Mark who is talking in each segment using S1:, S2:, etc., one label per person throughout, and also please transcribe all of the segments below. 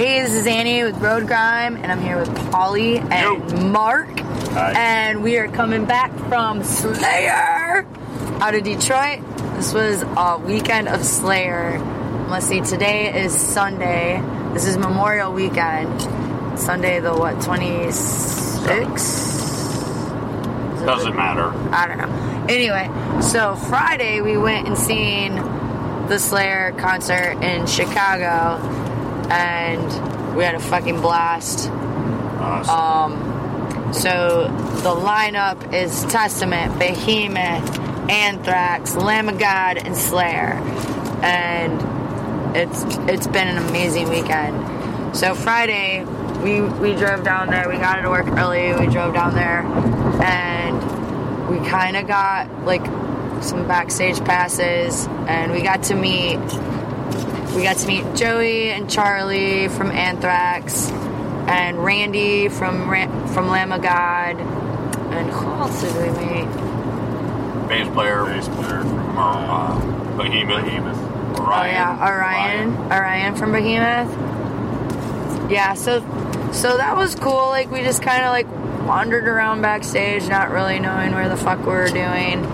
S1: Hey, this is Annie with Road Grime, and I'm here with Polly and
S2: Yo.
S1: Mark.
S2: Hi.
S1: And we are coming back from Slayer out of Detroit. This was a weekend of Slayer. Let's see, today is Sunday. This is Memorial Weekend. Sunday, the what, 26th?
S2: Doesn't matter.
S1: I don't know. Anyway, so Friday we went and seen the Slayer concert in Chicago, and we had a fucking blast.
S2: Uh, so
S1: So the lineup is Testament, Behemoth, Anthrax, Lamb of God, and Slayer, and it's it's been an amazing weekend. So Friday we we drove down there. We got out of work early. We drove down there, and we kind of got like some backstage passes, and we got to meet we got to meet Joey and Charlie from Anthrax, and Randy from Ran- from Lamb of God, and who else did we meet?
S2: bass player, bass player from uh, Behemoth, Behemoth.
S1: Oh
S2: Orion,
S1: yeah, Orion, Orion from Behemoth. Yeah, so so that was cool. Like we just kind of like wandered around backstage, not really knowing where the fuck we were doing.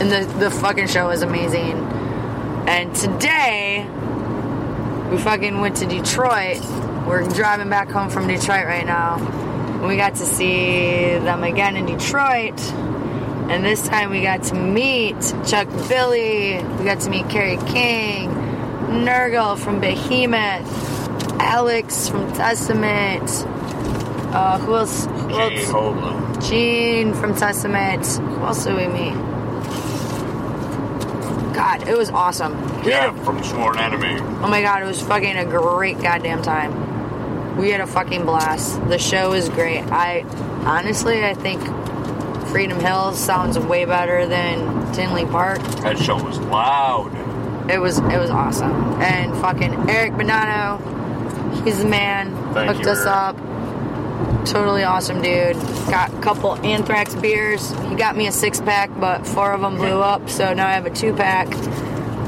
S1: And the the fucking show was amazing. And today we fucking went to Detroit. We're driving back home from Detroit right now. And we got to see them again in Detroit. And this time we got to meet Chuck Billy. We got to meet Kerry King, Nurgle from Behemoth, Alex from Testament. Uh, who else? Who
S2: Jay
S1: else?
S2: Hoagland.
S1: Gene from Testament. Who else did we meet? God, it was awesome. We had a
S2: Yeah, from Sworn Enemy.
S1: Oh my god, it was fucking a great goddamn time. We had a fucking blast. The show was great. I honestly, I think Freedom Hills sounds way better than Tinley Park.
S2: That show was loud.
S1: It was it was awesome. And fucking Eric Bonanno, he's the man.
S2: Thank
S1: hooked
S2: you,
S1: us
S2: Eric.
S1: up. Totally awesome dude. Got a couple Anthrax beers. He got me a six pack, but four of them blew up, so now I have a two pack.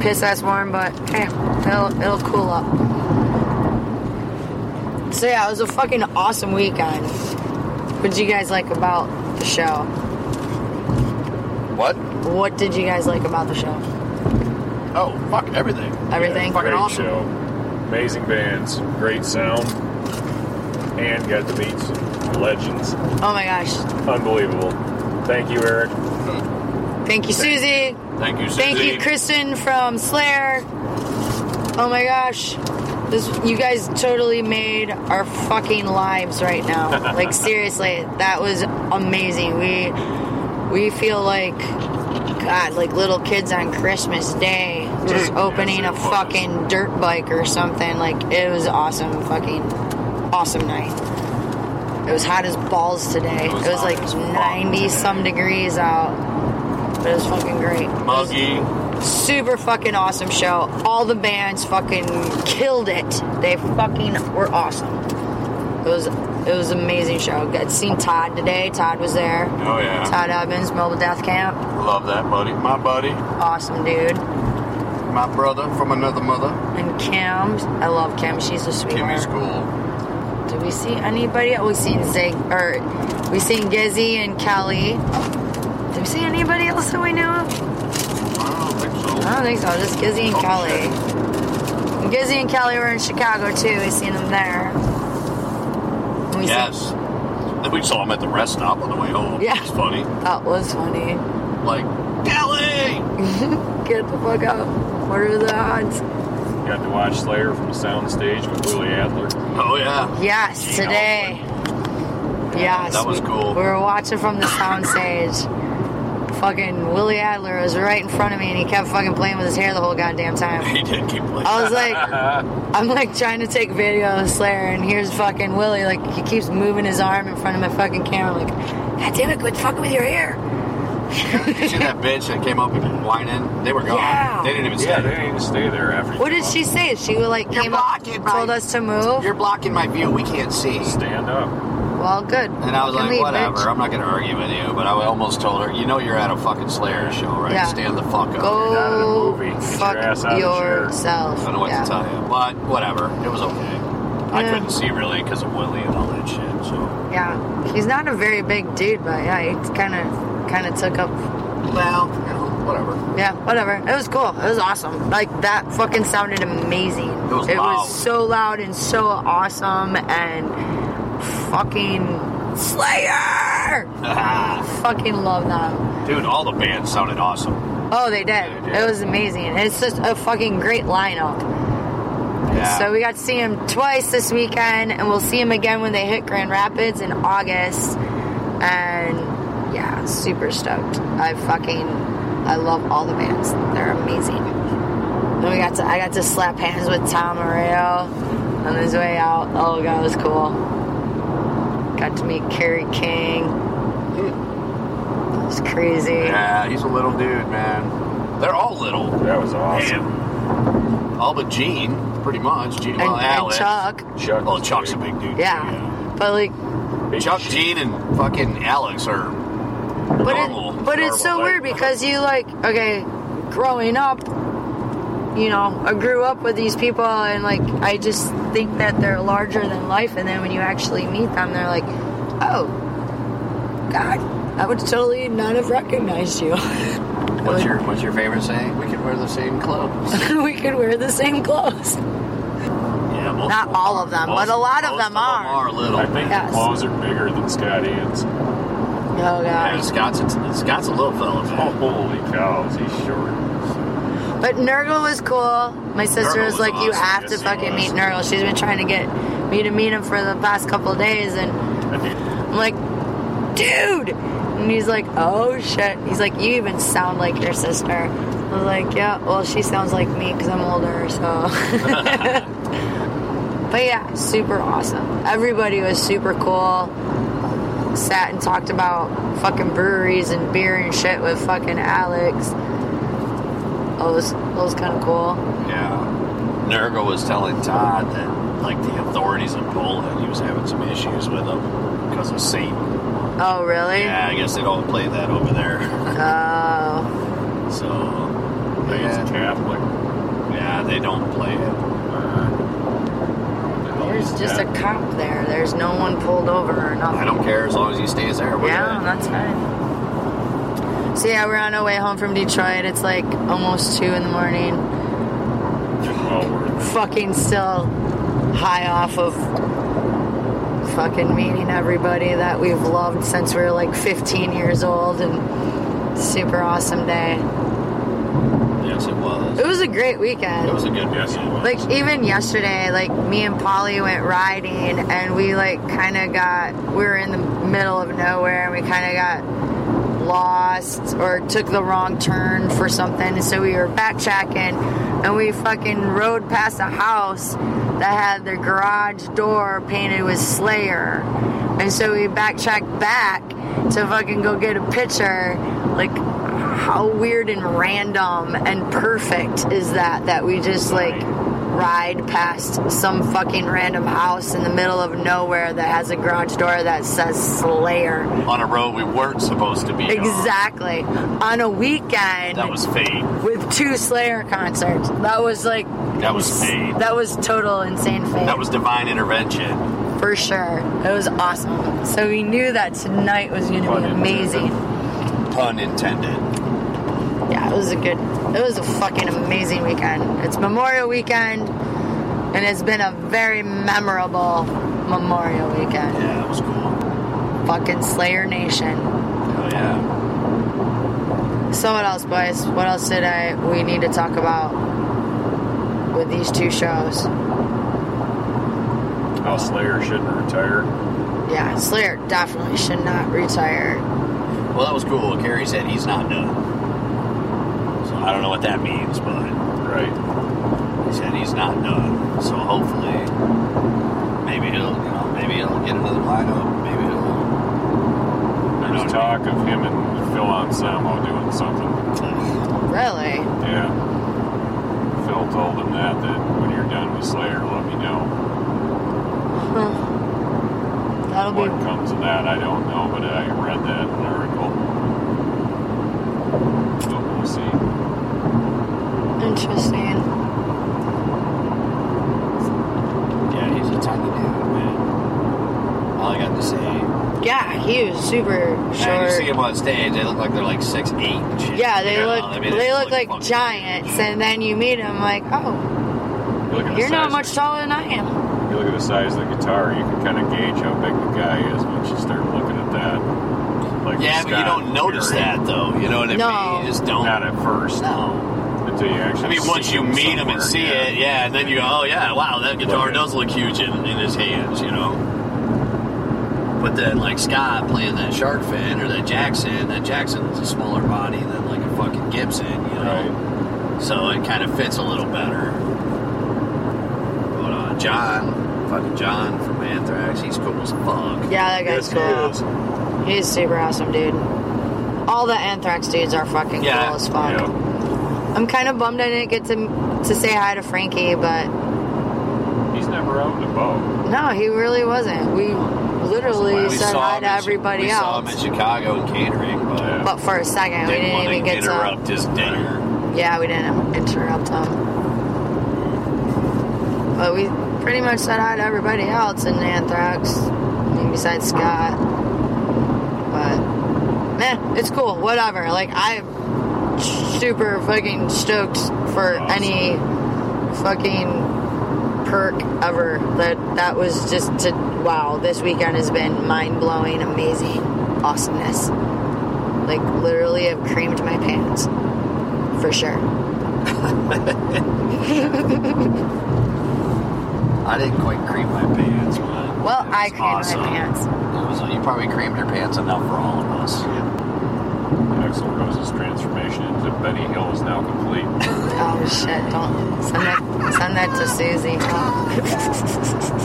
S1: Piss ass warm, but hey, it'll it'll cool up. So yeah, it was a fucking awesome weekend. What did you guys like about the show?
S2: What?
S1: What did you guys like about the show?
S2: Oh, fuck everything.
S1: Everything
S3: Great
S1: fucking awesome.
S3: show. Amazing bands, great sound, and got to meet some legends.
S1: Oh my gosh.
S3: Unbelievable. Thank you, Eric.
S1: Thank you, Susie.
S2: Thank you, Susie.
S1: Thank you, Kristen from Slayer. Oh my gosh. This you guys totally made our fucking lives right now. like seriously, that was amazing. We we feel like God, like little kids on Christmas Day, just opening
S2: Mm.
S1: a
S2: yes, it was.
S1: fucking dirt bike or something. Like it was awesome, fucking awesome night. It was hot as balls today. It
S2: It
S1: was,
S2: was hot
S1: like
S2: as fuck
S1: ninety
S2: today.
S1: some degrees out. But it was fucking great
S2: Muggy.
S1: super fucking awesome show. All the bands fucking killed it. They fucking were awesome. It was it was an amazing show. Got seen Todd today. Todd was there.
S2: Oh, yeah.
S1: Todd Evans, Mobile Death Camp.
S2: Love that, buddy. My buddy.
S1: Awesome dude.
S2: My brother from another mother.
S1: And Kim. I love Kim. She's a sweetheart.
S2: Kimmy's cool.
S1: Did we see anybody? Oh, we seen Zig or we seen Gizzy and Kelly. Did we see anybody else that we knew of?
S2: I don't think so.
S1: I don't think so. Just Gizzy and
S2: Oh,
S1: Kelly.
S2: shit.
S1: Gizzy and Kelly were in Chicago too. We seen them there. We seen-
S2: Yes. Then we saw him at the rest stop on the way home.
S1: Yeah.
S2: It's funny.
S1: that was funny.
S2: Like, Kelly!
S1: Get the fuck out. What are the odds?
S3: Got to watch Slayer from the soundstage with Willie Adler.
S2: Oh, yeah.
S1: Yes,
S2: Gene
S1: today. Yes.
S2: That was
S1: we-
S2: cool.
S1: We were watching from the sound stage. Fucking Willie Adler was right in front of me and he kept fucking playing with his hair the whole goddamn time.
S2: He did keep playing.
S1: I was like, I'm like trying to take video of Slayer, and here's fucking Willie. Like he keeps moving his arm in front of my fucking camera. Like, God damn it, quit fucking with your hair.
S2: You see that bitch that came up and whining? They were gone.
S1: Yeah.
S2: They didn't even
S3: yeah,
S2: stay.
S3: they didn't even stay there after.
S1: What did she say? She like
S2: You're
S1: came up,
S2: blocking my-
S1: told us to move.
S2: You're blocking my view. We can't see.
S3: Stand up.
S1: Well, good.
S2: And I was
S1: Fucking
S2: like,
S1: leave,
S2: whatever.
S1: bitch.
S2: I'm not going to argue with you. But I almost told her, you know, you're at a fucking Slayer show, right?
S1: Yeah.
S2: Stand the fuck up.
S1: Go
S3: not in a movie. Get your
S1: fuck
S3: ass out of the chair.
S1: yourself.
S2: I don't know what
S1: Yeah.
S2: to tell you. But whatever. It was okay. I
S1: Yeah.
S2: couldn't see really because of Willie and all that shit. So
S1: Yeah, he's not a very big dude, but yeah, he kind of kind of took up.
S2: well, you know, whatever.
S1: Yeah, whatever. It was cool. It was awesome. Like that fucking sounded amazing. It
S2: was
S1: it
S2: loud.
S1: was so loud and so awesome and fucking Slayer. fucking love them.
S2: Dude, all the bands sounded awesome.
S1: Oh, they did.
S2: They did.
S1: It was amazing. It's just a fucking great lineup.
S2: Yeah.
S1: So we got to see him twice this weekend, and we'll see him again when they hit Grand Rapids in August. And yeah, super stoked. I fucking I love all the bands. They're amazing. And we got to I got to slap hands with Tom Morello on his way out. Oh god, it was cool. Got to meet Kerry King. It was crazy.
S2: yeah, he's a little dude, man. They're all little.
S3: That was awesome.
S2: Damn. All but Gene, pretty much. Gene, well,
S1: And- and
S2: Alex.
S1: Chuck.
S3: Chuck
S2: Oh,
S3: was
S2: Chuck's a
S3: big.
S2: big dude. too, Mm.
S1: Yeah. But like
S2: yeah. Chuck, Gene, and fucking Alex are
S1: But
S2: normal.
S1: it, but it's so
S3: normal,
S1: weird
S3: like-
S1: because you like okay, growing up, you know, I grew up with these people and like I just think that they're larger than life, and then when you actually meet them, they're like, oh, God, I would totally not have recognized you.
S2: What's your What's your favorite saying? We could wear the same clothes.
S1: we could wear the same clothes.
S2: Yeah, most
S1: Not
S2: of
S1: all of them, but a lot of
S2: most
S1: them are.
S2: are little.
S3: I think
S1: Yes.
S3: the claws are bigger than Scott Ian's.
S1: Oh
S2: Yeah,
S1: God!
S2: Scott's a, Scott's a little fella.
S3: Oh,
S2: Man.
S3: holy cows, he's short.
S1: But Nurgle was cool. My sister
S2: Nurgle
S1: was
S2: was
S1: like, you
S2: awesome.
S1: have to
S3: Yes, he
S1: fucking
S3: was.
S1: meet Nurgle. She's been trying to get me to meet him for the past couple of days, and
S3: I mean,
S1: I'm like, dude! And he's like, oh shit. He's like, you even sound like your sister. I was like, yeah, well, she sounds like me because I'm older, so. but yeah, super awesome. Everybody was super cool. Sat and talked about fucking breweries and beer and shit with fucking Alex. Oh, was, that was kind of cool.
S2: Yeah. Nurgle was telling Todd that like the authorities in Poland, he was having some issues with them because of Satan.
S1: Oh, really?
S2: Yeah, I guess they don't play that over there.
S1: Oh,
S2: So
S3: he's
S2: yeah,
S3: Catholic.
S2: yeah, they don't play it. Uh,
S1: there's just a cop there. There's no one pulled over or nothing.
S2: I don't care as long as he stays there. What do
S1: Yeah,
S2: they-
S1: that's fine. So yeah, we're on our way home from Detroit. It's like almost two in the morning.
S3: Well worth
S1: Fucking still high off of fucking meeting everybody that we've loved since we were like 15 years old and super awesome day.
S2: Yes, it was.
S1: It was a great weekend.
S2: It was a good
S3: Yes, it
S2: weekend.
S3: was.
S1: like even yesterday like me and polly went riding and we like kind of got we were in the middle of nowhere and we kind of got lost or took the wrong turn for something and so we were backtracking and we fucking rode past a house that had their garage door painted with slayer and so we backtracked back to fucking go get a picture like how weird and random and perfect is that that we just like ride past some fucking random house in the middle of nowhere that has a garage door that says Slayer.
S2: On a road we weren't supposed to be. on.
S1: Exactly. On a weekend
S2: That was fate.
S1: with two Slayer concerts. That was like
S2: That was fate.
S1: that was total insane fate.
S2: That was divine intervention.
S1: for sure. It was awesome. So we knew that tonight was going to
S3: Pun
S1: be
S3: intended.
S1: amazing.
S2: Pun intended.
S1: Yeah, it was a good. It was a fucking amazing weekend. It's Memorial Weekend, and it's been a very memorable Memorial Weekend.
S2: Yeah, it was cool.
S1: fucking Slayer Nation.
S2: Oh yeah.
S1: So what else, boys? What else did I we need to talk about with these two shows?
S3: how Slayer shouldn't retire.
S1: Yeah, Slayer definitely should not retire.
S2: Well, that was cool. Carrie said he's not done. So I don't know what that means, but
S3: Right.
S2: he said he's not done. So hopefully, maybe he'll, you know, maybe he'll get another lineup. Maybe he'll.
S3: There's talk of him and Phil Anselmo doing something.
S1: Really?
S3: Yeah. Phil told him that, that when you're done with Slayer, let me know.
S1: Huh. That'll
S3: What
S1: be
S3: comes of that, I don't know, but I read that in an article. So we'll see.
S1: interesting.
S2: Yeah, he's a ton
S1: Yeah, he was super
S2: And you see
S1: short.
S2: them on stage, they look like they're like six eight. And shit.
S1: Yeah, they
S2: You know,
S1: look
S2: I mean,
S1: they
S2: just
S1: look like
S2: fucking-
S1: giants, and then you meet him like, oh,
S3: Look at the
S1: you're not
S3: size-
S1: much taller than I am.
S3: You look at the size of the guitar, you can kind of gauge how big the guy is once you start looking at that. Like
S2: Yeah, but you
S3: Scott
S2: don't notice
S3: Fury.
S2: that though. You know what I
S1: No.
S2: mean? You just don't.
S3: Not at first.
S2: No.
S3: Until you actually.
S2: I mean, once
S3: see
S2: you
S3: him
S2: meet him
S3: somewhere,
S2: and see
S3: yeah.
S2: it, yeah, and then you go, oh yeah, wow, that guitar
S3: Look at it.
S2: does look huge in, in his hands, you know. But then, like Scott playing that shark fin or that Jackson, that Jackson is a smaller body than like a fucking Gibson, you know.
S3: Right.
S2: So it kind of fits a little better. But uh, John, fucking John from Anthrax, he's cool as fuck.
S1: Yeah, that guy's
S3: Yes,
S1: cool.
S3: he is.
S2: um,
S1: He's super awesome, dude. All the Anthrax dudes are fucking
S2: Yeah,
S1: cool as fuck.
S3: Yeah.
S1: I'm kind of bummed I didn't get to to say hi to Frankie, but
S3: He's never out and about.
S1: no, he really wasn't. We literally
S2: We
S1: said
S2: saw
S1: hi
S2: him
S1: to
S2: in Chi-
S1: everybody
S2: we saw him in
S1: else,
S2: Chicago and catering, but
S3: Yeah.
S1: but for a second, we
S2: didn't,
S1: didn't
S2: want
S1: even
S2: to
S1: get to.
S2: interrupt his dinner.
S1: Yeah, we didn't interrupt him. But we pretty much said hi to everybody else in Anthrax, I mean, besides Scott. But man, it's cool. Whatever. Like I'm super fucking stoked for
S3: Awesome.
S1: any fucking perk ever. That that was just to wow. This weekend has been mind blowing, amazing, awesomeness. Like literally, I've creamed my pants for sure.
S2: I didn't quite cream my pants, but
S1: Well,
S2: it
S1: I
S2: was
S1: creamed
S2: awesome.
S1: my pants.
S2: It was, you probably creamed your pants enough for all of us.
S3: Axel Rose's transformation into Benny Hill is now complete.
S1: Oh shit! Don't send that. Send that to Susie.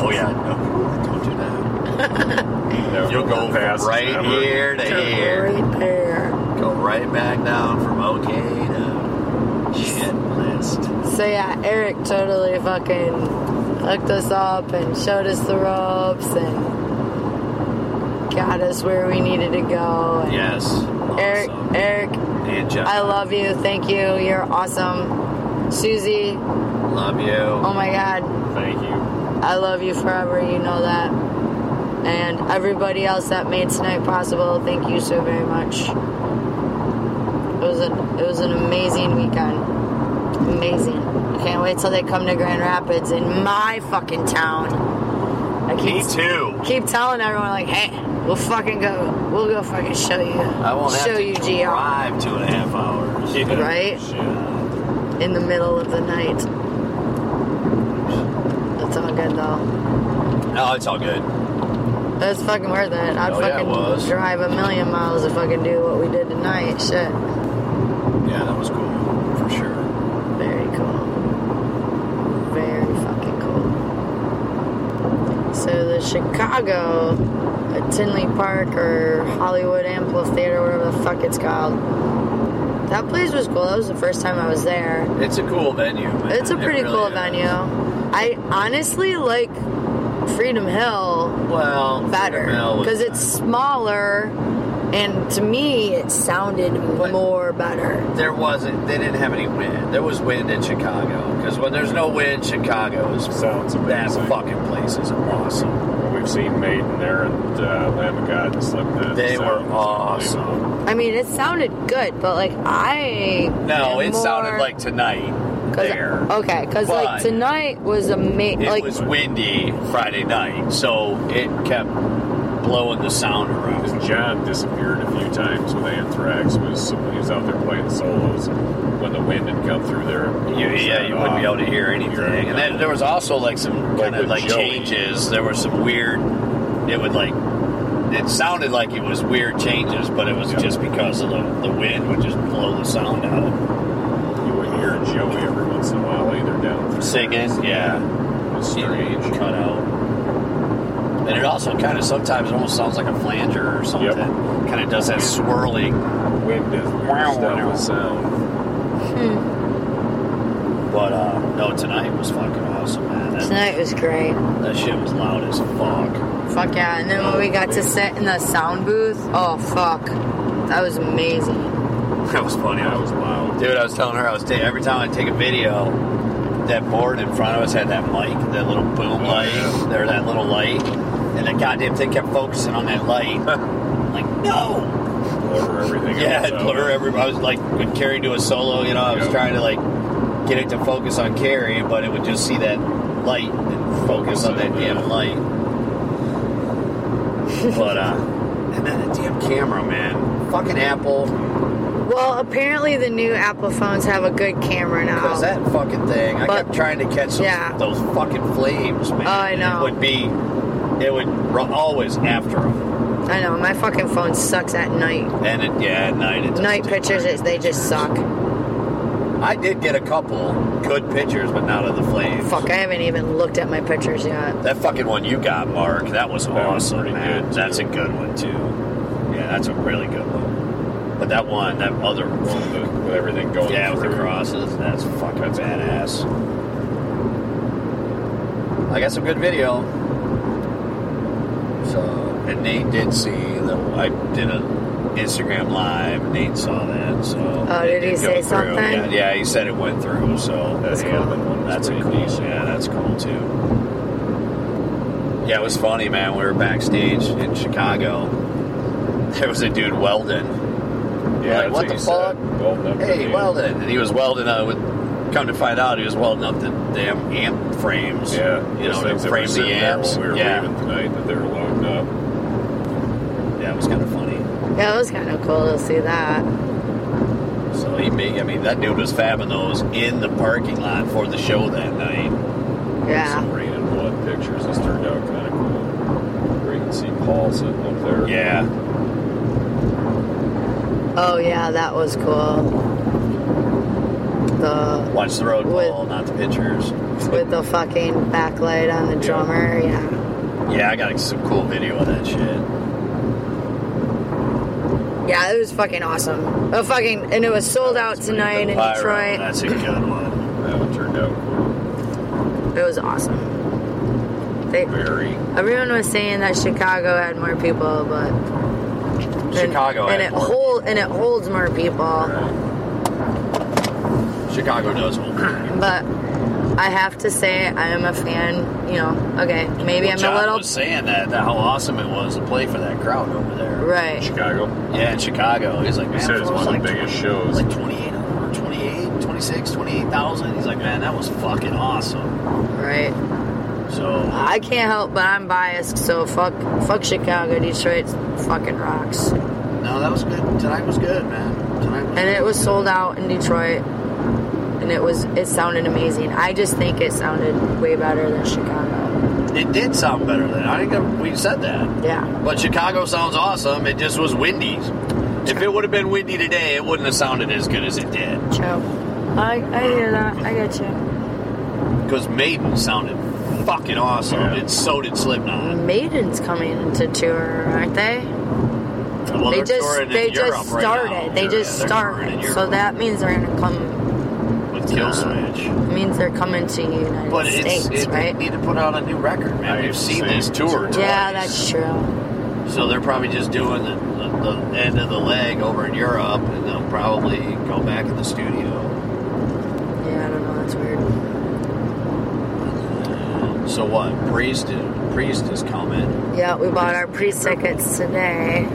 S2: Oh yeah, no, don't do that.
S3: That
S2: You'll go
S3: fast
S2: right
S3: ever.
S2: here to here,
S1: Right there.
S2: go right back down from OK to shit list.
S1: So yeah, Eric totally fucking hooked us up and showed us the ropes and got us where we needed to go. And
S2: Yes, awesome.
S1: Eric, Eric,
S2: and Jeff,
S1: I love you. Thank you. You're awesome. Susie,
S2: love you.
S1: oh my God,
S3: Thank you.
S1: I love you forever. You know that. And everybody else that made tonight possible, thank you so very much. It was an it was an amazing weekend. Amazing. I can't wait till they come to Grand Rapids in my fucking town. I
S2: Me
S1: keep
S2: too.
S1: keep telling everyone like, hey, we'll fucking go. We'll go fucking show you.
S2: I won't have
S1: show
S2: to
S1: you GR.
S2: drive two and a half hours.
S3: Yeah.
S1: Right?
S3: Shit.
S1: in the middle of the night. That's all good though.
S2: No, Oh, it's all good.
S1: That's fucking worth it. I'd
S2: Hell Oh, yeah, it
S1: fucking
S2: was.
S1: drive a million miles to fucking do what we did tonight. Shit.
S2: Yeah, that was cool for sure.
S1: Very cool. Very fucking cool. So the Chicago at Tinley Park or Hollywood Amphitheater, whatever the fuck it's called. That place was cool. That was the first time I was there.
S2: It's a cool venue. man.
S1: It's a
S2: It
S1: pretty
S2: really
S1: cool
S2: is.
S1: venue. I honestly like Freedom Hill
S2: Well,
S1: better
S2: Mel was
S1: because it's smaller and to me it sounded
S2: But-
S1: more better
S2: there wasn't. They didn't have any wind. There was wind in Chicago because when there's no wind, Chicago is
S3: Sounds
S2: that
S3: amazing.
S2: fucking place is awesome.
S3: We've seen Maiden there and uh, Lamb of God and stuff like that.
S2: They
S3: So,
S2: were awesome.
S1: i mean it sounded good but like i
S2: No,
S1: am
S2: it sounded
S1: more-
S2: like tonight
S1: 'cause-
S2: there.
S1: okay because like
S2: But-
S1: tonight was a ma-
S2: It
S1: like
S2: was windy Friday night, so it kept blowing the sound around.
S3: Because John disappeared a few times with Anthrax. Was he was out there playing solos when the wind had come through there?
S2: You, yeah, you wouldn't be able to hear
S3: You're right.
S2: anything. And then there was also like some
S3: Like
S2: kind of
S3: with
S2: like
S3: Joey.
S2: changes. There were some weird. It would like. It sounded like it was weird changes, but it was
S3: Yeah.
S2: just because of the, the wind would just blow the sound out.
S3: You wouldn't hear Joey every once in a while either down through
S2: Singing, yeah,
S3: It was
S2: strange
S3: strange.
S2: cut out. And it also kind of sometimes almost sounds like a flanger or something.
S3: Yep.
S2: Kind of does that swirling.
S3: Wind is
S2: Wow,
S3: weird stuff
S2: wow.
S3: with sound.
S2: But uh, no, tonight was fucking awesome, man. That,
S1: tonight was great
S2: that shit was loud as fuck.
S1: fuck yeah and then when we got to sit in the sound booth oh fuck that was amazing
S2: That was funny.
S3: That was loud.
S2: Dude, I was telling her I was ta- every time I take a video, that board in front of us had that mic, that little boom
S3: Oh,
S2: light,
S3: yeah.
S2: or that little light, and the goddamn thing kept focusing on that light. like no,
S3: blur everything.
S2: yeah,
S3: else
S2: it
S3: out.
S2: blur everybody. I was like when Carrie do a solo, you know, I was
S3: Yeah.
S2: trying to like get it to focus on Carrie, but it would just see that light and focus on that damn light. but uh, and then the damn camera, man, fucking Apple.
S1: Well, apparently the new Apple phones have a good camera now.
S2: Because that fucking thing, I
S1: But-
S2: kept trying to catch those,
S1: Yeah.
S2: those fucking flames, man.
S1: Oh, I
S2: And
S1: know.
S2: It would be, it would ru- always after them.
S1: I know my fucking phone sucks at night.
S2: And it, yeah, at night it does
S1: Night
S2: take
S1: pictures,
S2: great
S1: it, they just suck.
S2: pictures. I did get a couple good pictures, but not of the flames.
S1: Fuck, I haven't even looked at my pictures yet.
S2: That fucking one you got, Mark, that was
S3: That was
S2: awesome,
S3: pretty
S2: man.
S3: good, too.
S2: that's a good one, too. Yeah, that's a really good one. But that one, that other
S3: Well,
S2: one,
S3: the- with everything going.
S2: yeah, with the
S3: through.
S2: crosses, that's fucking
S3: That's cool.
S2: badass. I got some good video. So, and Nate did see the I did a Instagram live. and Nate saw that. So,
S1: Oh,
S2: it
S1: did he
S2: go
S1: say
S2: through.
S1: something?
S2: Yeah, yeah, he said it went through. So
S3: That's
S2: yeah,
S3: cool. That one was
S2: That's a
S3: pretty
S2: cool.
S3: decent.
S2: Yeah, that's cool too. Yeah, it was funny, man. We were backstage in Chicago. There was a dude welding.
S3: Yeah,
S2: Like, what
S3: that's
S2: the
S3: what he said. Welding up
S2: Hey,
S3: the-
S2: welding. And he was welding, uh, with, come to find out, he was welding up the damn amp frames.
S3: Yeah,
S2: You
S3: those
S2: know, to
S3: things that
S2: frame
S3: were
S2: the
S3: sitting there
S2: amps.
S3: When we were
S2: yeah.
S3: leaving tonight, that they were loading up.
S2: Yeah, it was kind of funny.
S1: Yeah, it was kind of cool to see that.
S2: So he made, I mean, that dude was fabbing those in the parking lot for the show that night.
S1: Yeah.
S3: Some rain and blood pictures. This turned out kind of cool. Where you can see Paul sitting up there.
S2: Yeah.
S1: Oh yeah, that was cool. The
S2: Watch the road
S1: With-
S2: wall, not the pictures.
S1: with the fucking backlight on the drummer. Yeah.
S2: Yeah, I got some cool video of that shit.
S1: Yeah, it was fucking awesome. Oh fucking, and it was sold out tonight in
S2: Pyro,
S1: Detroit.
S2: That's a good one.
S3: That one turned out cool.
S1: It was awesome. They,
S3: Very.
S1: everyone was saying that Chicago had more people, but and-
S2: Chicago
S1: and,
S2: had
S1: it
S2: more
S1: hold and it holds more people.
S3: Right.
S2: Chicago does one.
S1: But I have to say, I am a fan. You know, okay, maybe I'm
S2: John
S1: a little
S2: was saying that, that how awesome it was to play for that crowd over there.
S1: right.
S3: Chicago.
S2: Yeah, in Chicago. He's like, man,
S3: He said it's
S2: it
S3: one
S2: was
S3: of the
S2: like,
S3: biggest shows.
S2: like 28 or 28, 26, 28,000. He's like, man, that was fucking awesome.
S1: Right.
S2: So,
S1: I can't help, but I'm biased. So fuck, fuck Chicago, Detroit, fucking rocks.
S2: no, that was good. Tonight was good, man. Tonight was
S1: And it was sold out in Detroit, and it was it sounded amazing. I just think it sounded way better than Chicago.
S2: It did sound better than I think that we said that.
S1: Yeah.
S2: But Chicago sounds awesome. It just was windy. If it would have been windy today, it wouldn't have sounded as good as it did.
S1: True. I, I hear that. I got you.
S2: Because Maiden sounded fucking awesome,
S3: Yeah.
S2: and so did Slipknot.
S1: Maiden's coming to tour, aren't they?
S2: Well,
S1: they
S2: they're
S1: just
S2: touring
S1: they
S2: in Europe
S1: just
S2: right
S1: started.
S2: now.
S1: they
S2: Yeah,
S1: just
S2: they're touring in
S1: started. So
S2: Europe
S1: that means they're gonna come.
S2: with Killswitch.
S1: Means they're coming to the United
S2: But
S1: States,
S2: it's, it,
S1: right?
S2: they need to put out a new record, man.
S3: I
S2: We've seen
S3: see.
S2: this tour twice.
S1: yeah, that's true.
S2: So they're probably just doing the, the, the end of the leg over in Europe, and they'll probably go back in the studio.
S1: Yeah, I don't know. That's weird.
S2: So what? Priest, is- Priest is coming. Uh,
S1: Yeah, we bought our pre tickets today.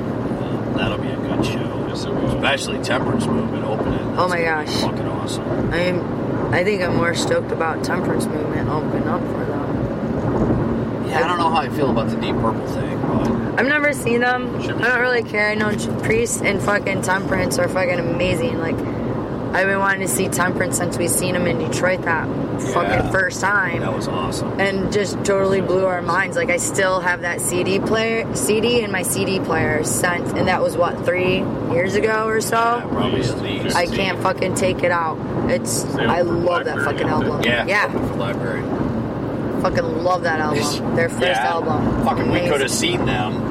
S2: That'll be a good show,
S3: Yes, it was.
S2: especially Temperance Movement opening.
S1: Oh my
S2: That's
S1: gosh.
S2: fucking awesome!
S1: I'm, I think I'm more stoked about Temperance Movement opening up for them.
S2: Yeah, I don't know how I feel about the Deep Purple thing, but
S1: I've never seen them.
S2: Should be
S1: I don't really care. I know Priest and fucking Temperance are fucking amazing. Like, I've been wanting to see Temperance since we seen them in Detroit that
S2: Yeah.
S1: fucking first time.
S2: that was awesome.
S1: and just totally blew our minds. Like I still have that CD player, CD, and my CD player since, and that was what three years ago or
S2: Yeah,
S1: so.
S2: probably at least.
S1: uh, I can't fucking take it out. It's I love that fucking album.
S2: yeah,
S1: yeah,
S2: open for Library.
S1: fucking love that album. Their first
S2: Yeah.
S1: album.
S2: Fucking, we
S1: Amazing.
S2: could have seen them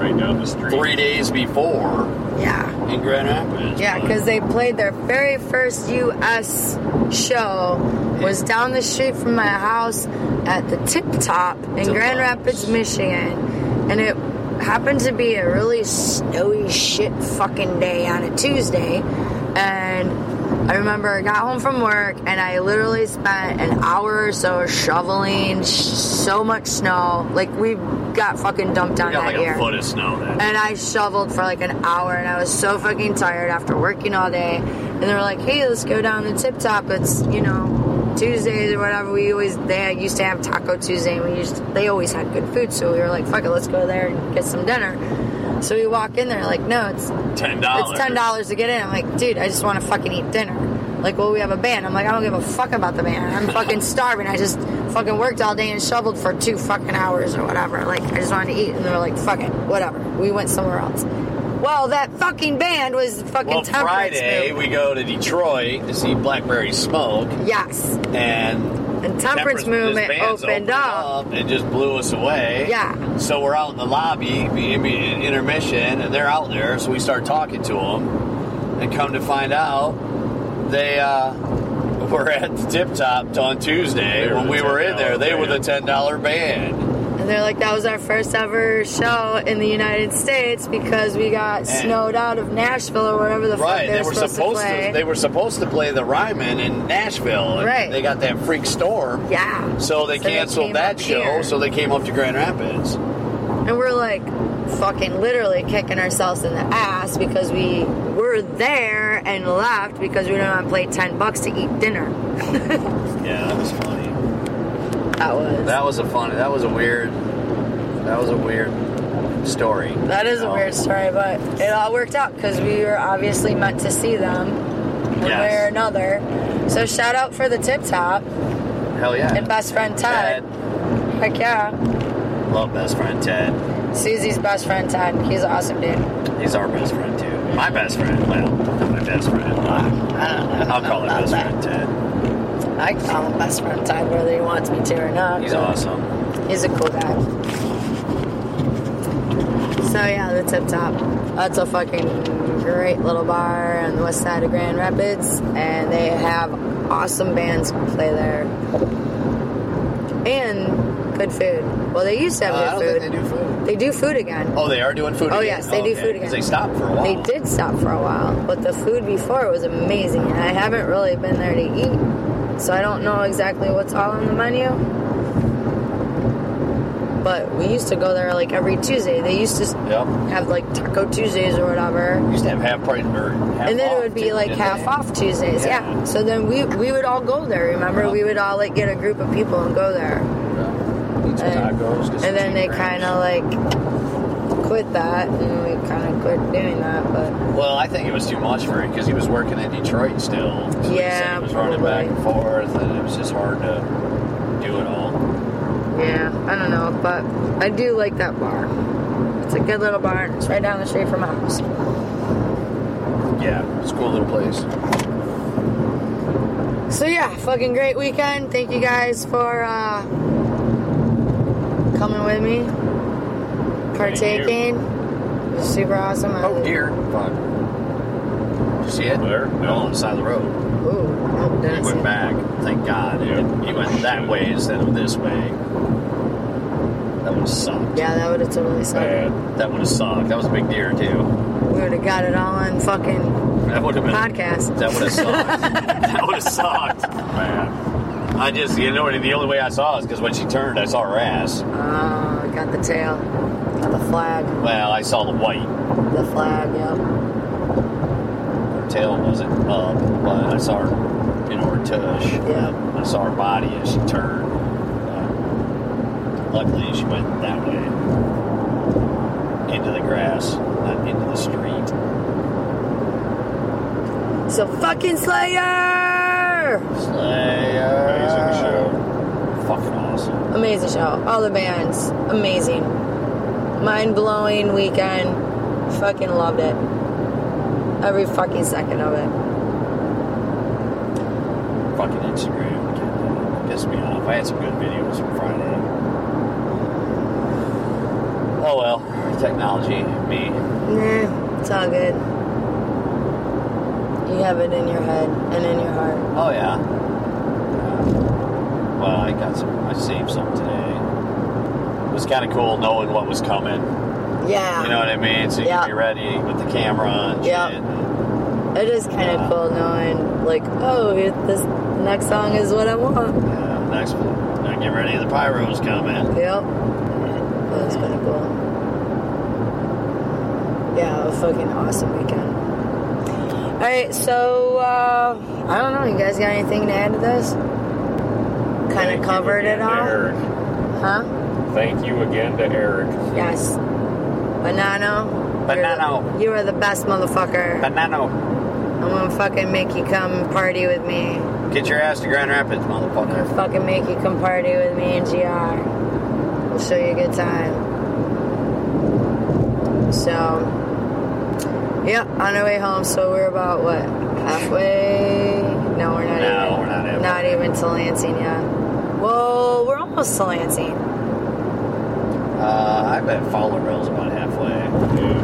S3: Right down the street.
S2: three days before.
S1: Yeah,
S2: in Grand Rapids.
S1: yeah,
S2: but-
S1: because they played their very first U.S. show was down the street from my house at the Tip Top in
S2: Tip
S1: Grand
S2: Top.
S1: Rapids, Michigan, and it happened to be a really snowy shit fucking day on a Tuesday, and I remember I got home from work and I literally spent an hour or so shoveling sh- so much snow. Like we got fucking dumped down
S2: We got
S1: that
S2: like
S1: year.
S2: a foot of snow then.
S1: And I shoveled for like an hour and I was so fucking tired after working all day. And they were like, hey, let's go down to Tip Top. It's, you know, Tuesdays or whatever. We always, they used to have Taco Tuesday and we used, they always had good food. So we were like, fuck it, let's go there and get some dinner. So we walk in there, like, no, it's
S2: Ten dollars.
S1: it's ten dollars to get in. I'm like, dude, I just want to fucking eat dinner. Like, well, we have a band. I'm like, I don't give a fuck about the band. I'm fucking starving. I just fucking worked all day and shoveled for two fucking hours or whatever. Like, I just wanted to eat, and they were like, fuck it, whatever. We went somewhere else. Well, that fucking band was fucking
S2: Well,
S1: temperance
S2: Friday
S1: movement.
S2: we go to Detroit to see Blackberry Smoke,
S1: yes,
S2: and
S1: and temperance movement
S2: this band's
S1: opened, up.
S2: and just blew us away.
S1: Yeah.
S2: So we're out in the lobby, be- be- in intermission, and they're out there. So we start talking to them, and come to find out, they uh, were at the Tip Top on Tuesday
S3: They were
S2: when
S3: the
S2: we were in there.
S3: $10
S2: They were the
S3: band.
S2: ten dollar band.
S1: And they're like, that was our first ever show in the United States because we got snowed out of Nashville or wherever the fuck
S2: Right,
S1: they were, supposed, to play.
S2: they were supposed to play the Ryman in Nashville. and
S1: Right.
S2: They got that freak storm.
S1: yeah.
S2: So they
S1: So they
S2: canceled
S1: came
S2: that
S1: up
S2: show,
S1: here.
S2: so they came up to Grand Rapids.
S1: And we're like fucking literally kicking ourselves in the ass because we were there and left because we didn't want to pay 10 bucks to eat dinner.
S2: Yeah, that was funny.
S1: That was.
S2: That was a funny. That was a weird. That was a weird story.
S1: that is a
S2: Oh.
S1: weird story, but it all worked out because we were obviously meant to see them one way
S2: Yes.
S1: or another. So shout out for the tip top
S2: Hell yeah.
S1: and best friend Ted. Heck yeah.
S2: Love best friend Ted.
S1: Susie's best friend Ted. He's an awesome dude.
S2: He's our best friend too. My best friend. Well, not my best friend. I'll call him best friend Ted.
S1: I call him best friend Ted whether he wants me to or not.
S2: He's awesome.
S1: He's a cool guy. So yeah, the Tip Top. That's a fucking great little bar on the west side of Grand Rapids, and they have awesome bands play there, and good food. Well, they used to have
S2: Uh, I don't
S1: good
S2: think
S1: food.
S2: they do food.
S1: They do food again.
S2: Oh, they are doing food.
S1: Oh,
S2: again?
S1: yes, they do
S2: okay.
S1: food again.
S2: 'Cause They stopped for a while.
S1: They did stop for a while, but the food before was amazing, and I haven't really been there to eat, so I don't know exactly what's all on the menu. But we used to go there like every Tuesday. They used to s-
S2: Yep.
S1: have like Taco Tuesdays or whatever,
S2: Used to have half price or half
S1: and then
S2: off,
S1: it would be
S2: too,
S1: like
S2: didn't
S1: half
S2: they?
S1: off Tuesdays. Yeah.
S2: Yeah.
S1: So then we we would all go there. Remember,
S2: Yeah.
S1: we would all like get a group of people and go there,
S2: Yeah. Eat some
S1: And-
S2: tacos. get some
S1: and then
S2: cheap
S1: they
S2: drinks.
S1: kind of like quit that, and we kind of quit doing that, but.
S2: Well, I think it was too much for him because he was working in Detroit still. So he said
S1: Yeah,
S2: he was running back
S1: probably.
S2: and forth, and it was just hard to do it all.
S1: Yeah, I don't know, but I do like that bar. It's a good little bar. and It's right down the street from my house.
S2: Yeah, it's a cool little place.
S1: So yeah, fucking great weekend. Thank you guys for uh, coming with me, partaking. It was super awesome. I-
S2: Oh dear, fuck! Did you see it?
S3: There?
S2: No, on
S3: No.
S2: the side of the road.
S1: Ooh, oh, nope,
S2: He
S1: didn't see
S2: went
S1: it.
S2: back. Thank God.
S3: Yeah.
S2: He went that way instead of this way. That would have sucked.
S1: Yeah, that would have
S2: Oh,
S1: totally sucked.
S3: Bad.
S2: That would have sucked. That was a big deer too.
S1: We would have got it all on fucking
S2: That would have been.
S1: podcast.
S2: That would have sucked. that would have sucked.
S3: Bad.
S2: I just, you know, the only way I saw it is because when she turned, I saw her ass.
S1: Oh, got the tail, got the flag,
S2: Well, I saw the white.
S1: the flag. Yep.
S2: Her tail wasn't up, but I saw her, you know, her tush.
S1: Yeah.
S2: I saw her body as she turned. Uh, luckily, she went that way into the grass, not into the street.
S1: So fucking Slayer.
S2: Slayer.
S3: Amazing show.
S2: Fucking awesome.
S1: Amazing show. All the bands. Amazing. Mind blowing weekend. Fucking loved it. Every fucking second of it.
S2: Fucking Instagram. Pissed me off. I had some good videos from Friday. Oh well, technology, me.
S1: Nah, it's all good. You have it in your head and in your heart.
S2: Oh yeah. Uh, Well, I got some. I saved some today. It was kind of cool knowing what was coming.
S1: Yeah.
S2: You know what I mean? So you
S1: Yeah.
S2: can be ready with the camera and
S1: Yeah.
S2: shit.
S1: It is kind of cool knowing, like, oh, it- this next song is what I want.
S2: Yeah, uh, next, now get ready, the pyro's coming.
S1: Yep. That was kind of cool. Yeah, a fucking awesome weekend. All right, so uh, I don't know. You guys got anything to add to this? Kind
S3: Thank
S1: of
S3: you
S1: covered
S3: again
S1: it
S3: to
S1: all,
S3: Eric.
S1: huh?
S3: Thank you again to Eric.
S1: Yes. Banano. you're the-
S2: Banano.
S1: You are the best motherfucker.
S2: Banano,
S1: I'm gonna fucking make you come party with me.
S2: get your ass to Grand Rapids,
S1: I'm
S2: motherfucker.
S1: gonna fucking make you come party with me and GR. We'll show you a good time. So, yeah, on our way home. So we're about what halfway? No, we're not.
S2: No,
S1: even,
S2: we're not halfway.
S1: Not even to Lansing yet. Well, we're almost to Lansing.
S2: Uh, I bet Fowlerville's about halfway.
S3: Yeah.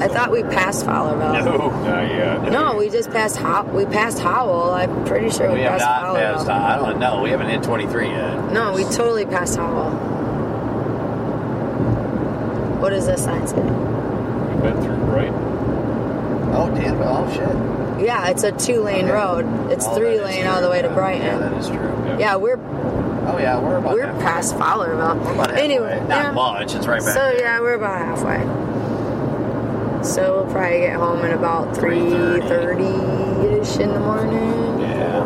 S1: I thought we passed Fowlerville.
S3: Not yet.
S1: No, we just passed. How- we passed Howell. I'm pretty sure we,
S2: We have
S1: passed
S2: not
S1: Howell.
S2: passed. uh, I don't know. We haven't hit 23 yet.
S1: No, we totally passed Howell. What does that sign say?
S3: We've been through Brighton.
S2: Oh, damn. Oh, shit.
S1: Yeah, it's a two lane
S2: Okay.
S1: road. It's
S2: Oh,
S1: three
S2: that is
S1: lane
S2: true,
S1: all the way to
S2: yeah. Yeah,
S1: Brighton.
S2: that is true.
S1: Yeah, we're
S2: Oh, yeah, we're about
S1: we're
S2: halfway.
S1: past Fowlerville.
S2: We're about halfway.
S1: anyway,
S2: Not
S1: yeah.
S2: much. It's right back
S1: so
S2: there.
S1: yeah, we're about halfway. So we'll probably get home at about three thirty ish in the morning.
S2: Yeah.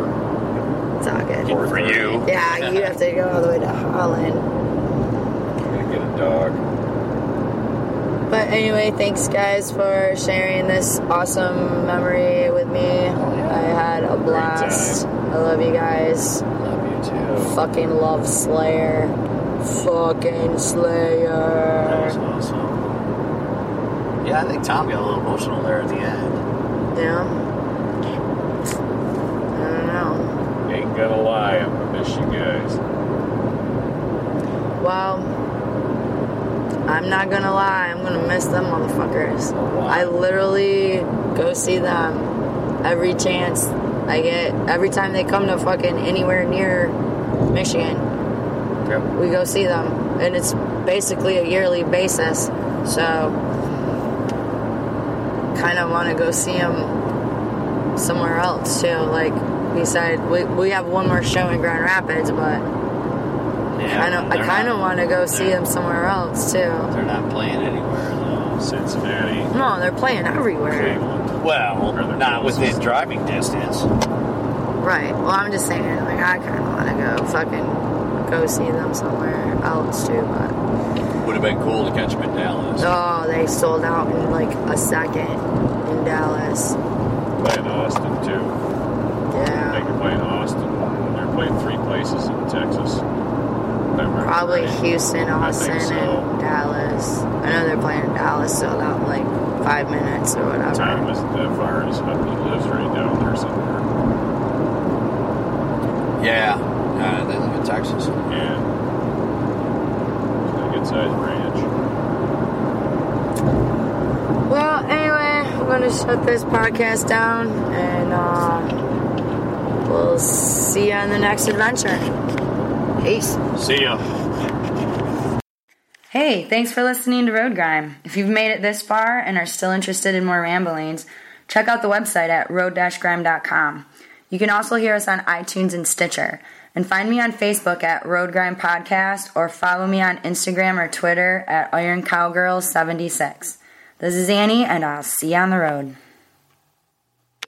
S1: It's all good.
S2: Good for you.
S1: Yeah, you have to go all the way to Holland.
S3: Gonna get a dog.
S1: But anyway, thanks guys for sharing this awesome memory with me.
S2: Oh,
S1: I had a blast. I love you guys.
S2: Love you too.
S1: Fucking love Slayer. Fucking
S2: That was
S1: Slayer.
S2: awesome. Yeah, I think Tom got a little emotional there at the end.
S1: Yeah. I don't know.
S3: Ain't gonna lie, I'm gonna miss you guys.
S1: Well, I'm not gonna lie. I'm gonna miss them motherfuckers.
S2: wow.
S1: I literally go see them every chance I get. Every time they come to fucking anywhere near Michigan.
S2: Yep.
S1: we go see them and it's basically a yearly basis so kind of want to go see them somewhere else too like beside we, we have one more show in grand rapids but
S2: Yeah,
S1: i know i
S2: they're
S1: kind of
S2: not-
S1: want to go see
S2: they're-
S1: them somewhere else too
S2: They're not playing anywhere
S3: Cincinnati,
S1: no they're playing everywhere
S2: though.
S3: Cleveland.
S2: Well,
S3: Or they're
S2: not
S3: close.
S2: within driving distance.
S1: right well i'm just saying like i kind of want to go fucking go see them somewhere else too but
S2: Would have been cool to catch them in Dallas.
S1: oh they sold out in like a second in dallas
S3: Playing Austin too. They
S1: yeah
S3: can play in Austin. They're playing three places in Texas. If I remember
S1: Probably
S3: right.
S1: Houston,
S3: I
S1: Austin,
S3: think so.
S1: and Dallas. I know they're playing in Dallas, so about like five minutes or whatever.
S3: Tom is that far as up. He lives right down there somewhere.
S2: Yeah. Uh, they live in Texas.
S3: And it's a good sized ranch.
S1: Well, anyway, I'm gonna shut this podcast down, and uh, we'll see you on the next adventure. Peace.
S2: See ya.
S1: Hey, thanks for listening to Road Grime. If you've made it this far and are still interested in more ramblings, check out the website at road-grime.com. You can also hear us on iTunes and Stitcher. And find me on Facebook at Road Grime Podcast or follow me on Instagram or Twitter at Iron Cowgirl76. This is Annie, and I'll see you on the road.